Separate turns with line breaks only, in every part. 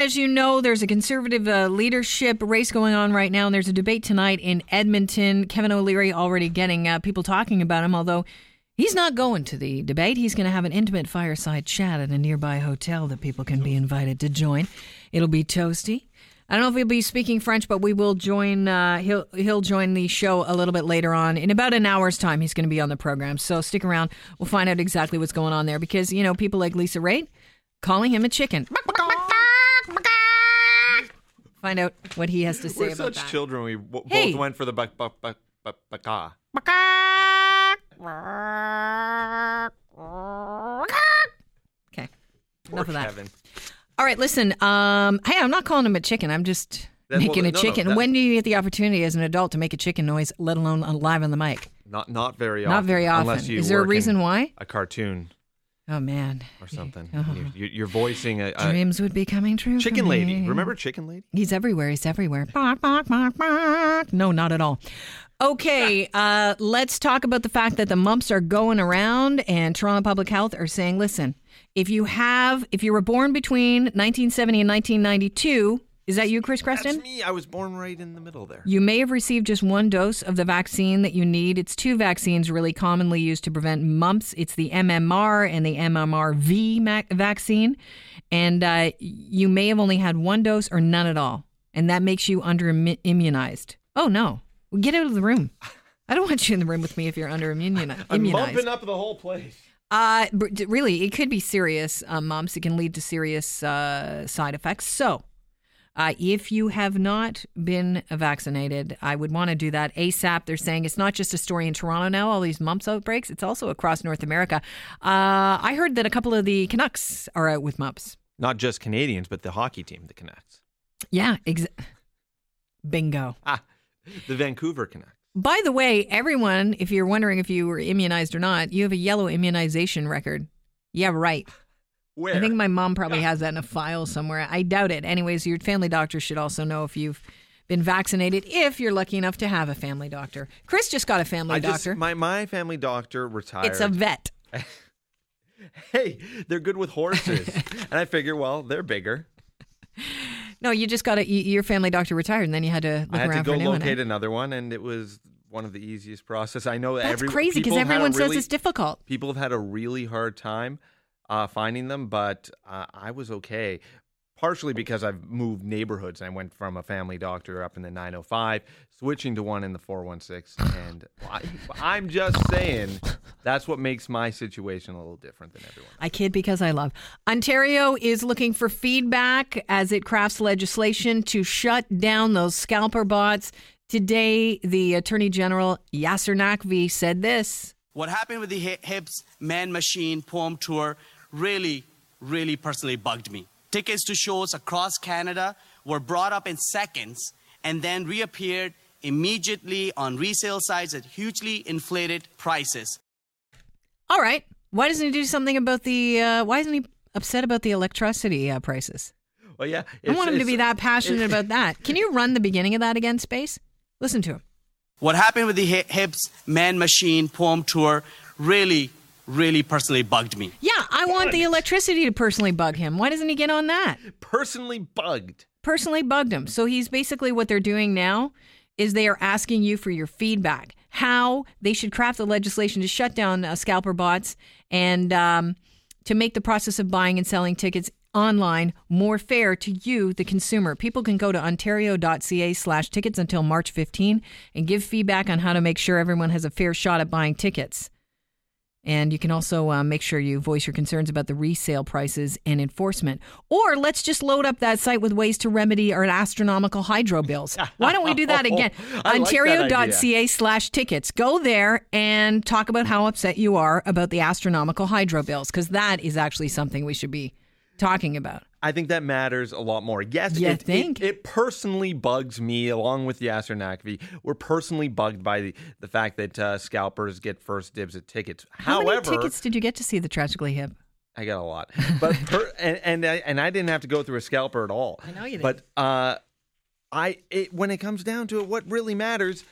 As you know, there's a conservative uh, leadership race going on right now, and there's a debate tonight in Edmonton. Kevin O'Leary already getting uh, people talking about him, although he's not going to the debate. He's going to have an intimate fireside chat at a nearby hotel that people can be invited to join. It'll be toasty. I don't know if he'll be speaking French, but we will join. Uh, he'll he'll join the show a little bit later on in about an hour's time. He's going to be on the program, so stick around. We'll find out exactly what's going on there because you know people like Lisa Raitt calling him a chicken. Find out what he has to say
We're
about
such
that.
children. We w-
Hey.
both went for the buck, buck, buck, buck, ah. buck.
okay, enough of that.
Kevin.
All right, listen. Um, hey, I'm not calling him a chicken. I'm just
That- well,
making a
no, no,
chicken.
that-
when do you get the opportunity as an adult to make a chicken noise, let alone on- live on the mic?
Not not very often.
Not very
Unless
often.
you
Is there a
work in
reason why?
A cartoon
Oh man,
or something.
Oh.
You're- You're, you're voicing a, a
dreams would be coming true. for
chicken lady.
me.
Remember chicken lady?
He's everywhere. He's everywhere. Bark, bark, bark, bark. No, not at all. Okay, uh, let's talk about the fact that the mumps are going around, and Toronto Public Health are saying, listen, if you have, if you were born between 1970 and 1992, is that you, Chris Creston?
That's me. I was born right in the middle there.
You may have received just one dose of the vaccine that you need. It's two vaccines really commonly used to prevent mumps. It's the MMR and the MMRV mac- vaccine. And uh, you may have only had one dose or none at all. And that makes you under immunized. Oh, no. Well, Get out of the room. I don't want you in the room with me if you're under immunized.
up the whole place.
Uh, br- d- really, it could be serious uh, mumps. It can lead to serious uh, side effects. So, uh, if you have not been vaccinated, I would want to do that ASAP. They're saying it's not just a story in Toronto now, all these mumps outbreaks, it's also across North America. Uh, I heard that a couple of the Canucks are out with mumps.
Not just Canadians, but the hockey team, the Canucks.
Yeah, ex- bingo.
Ah, the Vancouver Canucks.
By the way, everyone, if you're wondering if you were immunized or not, you have a yellow immunization record. Yeah, right.
Where?
I think my mom probably has that in a file somewhere. I doubt it. Anyways, your family doctor should also know if you've been vaccinated, if you're lucky enough to have a family doctor. Chris just got a family
I just,
doctor.
my, my family doctor retired.
it's a vet.
hey, they're good with horses. and I figure, well, they're bigger.
No, you just got a, y- your family doctor retired, and then you had to look
I had
around
to go
for a new one. eh?
locate another one, and it was one of the easiest process. I know
That's
every,
crazy because
people had a
everyone says
really-
it's difficult.
People have had a really hard time uh, finding them, but uh, I was okay. Partially because I've moved neighborhoods. I went from a family doctor up in the 905, switching to one in the 416. And I, I'm just saying, that's what makes my situation a little different than everyone.
I kid because I love. Ontario is looking for feedback as it crafts legislation to shut down those scalper bots. Today, the Attorney General Yasser Naqvi said this.
What happened with the Hi- Hips Man Machine poem tour really, really personally bugged me. Tickets to shows across Canada were brought up in seconds and then reappeared immediately on resale sites at hugely inflated prices.
All right. Why doesn't he do something about the? Uh, why isn't he upset about the electricity uh, prices?
Well, yeah.
I want him to be that passionate about that. Can you run the beginning of that again, Space? Listen to him.
What happened with the Hi- Hips Man Machine poem tour really, really personally bugged me.
Yeah, I want the electricity to personally bug him. Why doesn't he get on that?
personally bugged.
Personally bugged him. So he's basically what they're doing now is they are asking you for your feedback. How they should craft the legislation to shut down uh, scalper bots and um, to make the process of buying and selling tickets online more fair to you, the consumer. People can go to ontario.ca slash tickets until March 15 and give feedback on how to make sure everyone has a fair shot at buying tickets. And you can also uh, make sure you voice your concerns about the resale prices and enforcement. Or let's just load up that site with ways to remedy our astronomical hydro bills. Why don't we do that again?
I like that
Ontario.ca slash tickets. Go there and talk about how upset you are about the astronomical hydro bills, because that is actually something we should be talking about.
I think that matters a lot more. Yes,
You
it, it-
think?
It, personally bugs me, along with Yasser Naqvi. We're personally bugged by the, the fact that uh, scalpers get first dibs at tickets.
How
However,
many tickets did you get to see the Tragically Hip?
I got a lot, but per, and and I, and I didn't have to go through a scalper at all. I
know you
But uh, I it, when it comes down to it, what really matters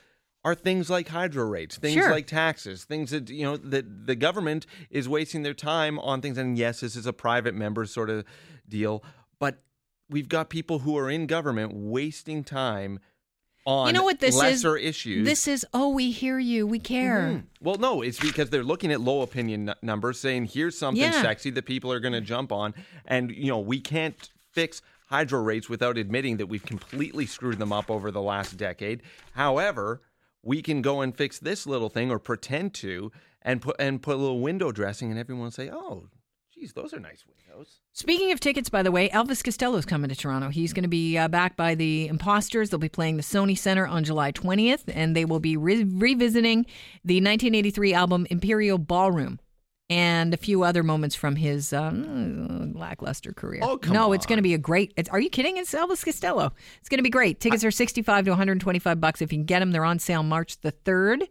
are things like hydro rates, things
Sure.
like taxes, things that you know that the government is wasting their time on things. And yes, this is a private member sort of deal, but we've got people who are in government wasting time on
You know what this is?
lesser issues. Mm-hmm.
This is oh, we hear you, we care.
well, no, it's because they're looking at low opinion n- numbers, saying here's something
Yeah.
sexy that people are going to jump on, and you know we can't fix hydro rates without admitting that we've completely screwed them up over the last decade. However, we can go and fix this little thing or pretend to, and put and put a little window dressing, and everyone will say, oh, geez, those are nice windows.
Speaking of tickets, by the way, Elvis Costello's coming to Toronto. He's going to be uh, back by the Imposters. They'll be playing the Sony Center on July 20th, and they will be re- revisiting the 1983 album Imperial Ballroom and a few other moments from his um, lackluster career.
Oh, come
no, it's
on.
going to be a great. It's, are you kidding? It's Elvis Costello. It's going to be great. Tickets are 65 to 125 bucks if you can get them. They're on sale March the 3rd.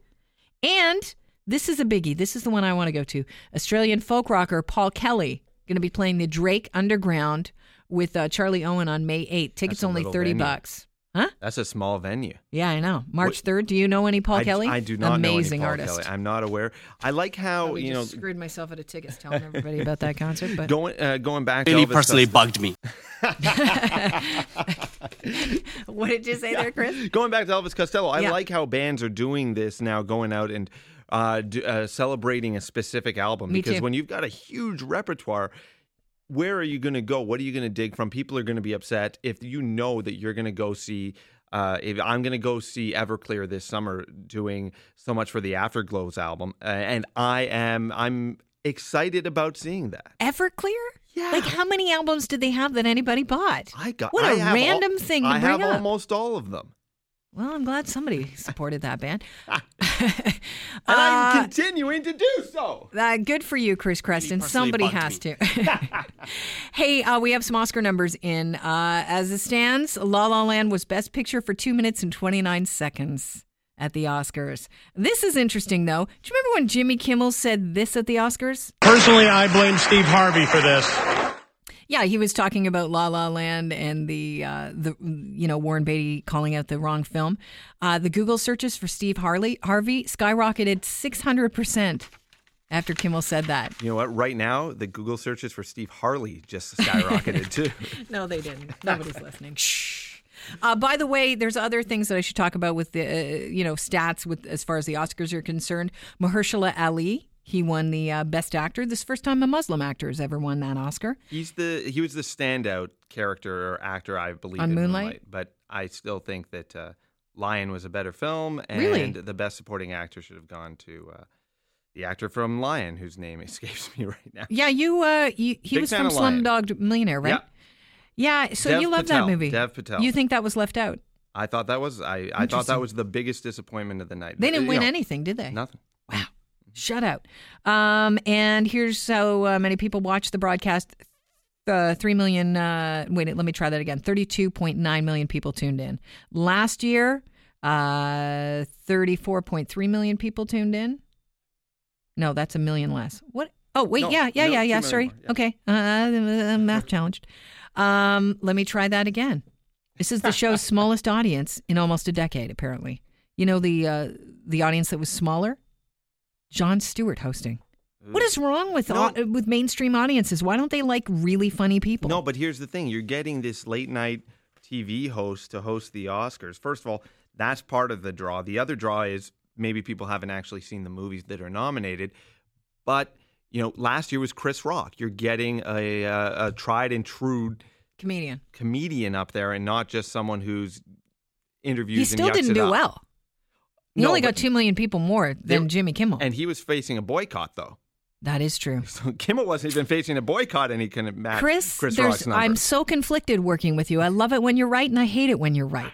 And this is a biggie. This is the one I want to go to. Australian folk rocker Paul Kelly going to be playing the Drake Underground with uh, Charlie Owen on May 8th. Tickets
That's a
only
little
30
venue.
bucks. Huh?
That's a small venue.
Yeah, I know. March 3rd. Do you know any Paul
I,
Kelly?
I do not
Amazing
know any Paul
artist.
Kelly. I'm not aware. I like how
Probably
you know
just screwed myself at a tickets telling everybody about that concert, but
going uh, going back
Really
to Elvis
personally
Costello-
bugged me.
what did you say there, Chris?
Going back to Elvis Costello, I
Yeah.
like how bands are doing this now, going out and uh, d- uh, celebrating a specific album.
Me
because
too.
when you've got a huge repertoire, where are you going to go? What are you going to dig from? People are going to be upset if you know that you're going to go see. Uh, if I'm going to go see Everclear this summer, doing so much for the Afterglows album, uh, and I am I'm excited about seeing that.
Everclear?
Yeah.
Like how many albums did they have that anybody bought?
I got
what
I
a
have al-
random thing to
I
bring
have
up.
almost all of them,
well, I'm glad somebody supported that band.
and
Uh,
I'm continuing to do so.
Uh, good for you, Chris Creston.
personally
Somebody
bugged
has
me.
to. hey, uh, we have some Oscar numbers in. Uh, as it stands, La La Land was Best Picture for two minutes and 29 seconds at the Oscars. This is interesting, though. Do you remember when Jimmy Kimmel said this at the Oscars?
Personally, I blame Steve Harvey for this.
Yeah, he was talking about La La Land and the uh, the you know Warren Beatty calling out the wrong film. Uh, the Google searches for Steve Harley Harvey skyrocketed 600 percent after Kimmel said that.
You know what? Right now, the Google searches for Steve Harley just skyrocketed too.
No, they didn't. Nobody's listening. Shh. Uh, by the way, there's other things that I should talk about with the uh, you know stats with as far as the Oscars are concerned. Mahershala Ali, he won the uh, Best Actor. This is the first time a Muslim actor has ever won that Oscar.
He's the he was the standout character or actor, I believe,
On
in
Moonlight?
But I still think that uh, Lion was a better film, and
Really?
the best supporting actor should have gone to uh, the actor from Lion, whose name escapes me right now.
Yeah, you. Uh, you he
Big
was
fan
from
of Lion.
Slumdog Millionaire, right? Yeah. so
Dev
you love
Patel.
that movie.
Dev Patel.
You think that was left out?
I thought that was I, I thought
Interesting.
that was the biggest disappointment of the night.
They didn't
You
win
know,
anything, did they?
Nothing.
Wow. Shut out. Um, and here's how uh, many people watched the broadcast. Uh, 3 million, uh, wait, let me try that again. 32.9 million people tuned in. Last year, uh, 34.3 million people tuned in. No, that's a million less. What? Oh, wait,
No,
yeah, yeah, yeah,
no, two
yeah.
million
Sorry.
more, yeah.
Okay. Uh, uh, math challenged. Um, let me try that again. This is the show's smallest audience in almost a decade, apparently. You know the uh, the audience that was smaller? John Stewart hosting. What is wrong with
Mm. No.
au- uh, with mainstream audiences? Why don't they like really funny people?
No, but here's the thing: you're getting this late night TV host to host the Oscars. First of all, that's part of the draw. The other draw is maybe people haven't actually seen the movies that are nominated, but you know, last year was Chris Rock. You're getting a, uh a tried and true
comedian.
comedian up there, and not just someone who's interviews.
He
and
still
yucks
didn't
it
do
up.
well. He
No,
only got
but-
two million people more than
They-
Jimmy Kimmel.
and he was facing a boycott though.
that is true.
So Kimmel wasn't even facing a boycott, and he couldn't match
Chris,
Chris
there's-
Rock's number.
I'm so conflicted working with you. I love it when you're right, and I hate it when you're right.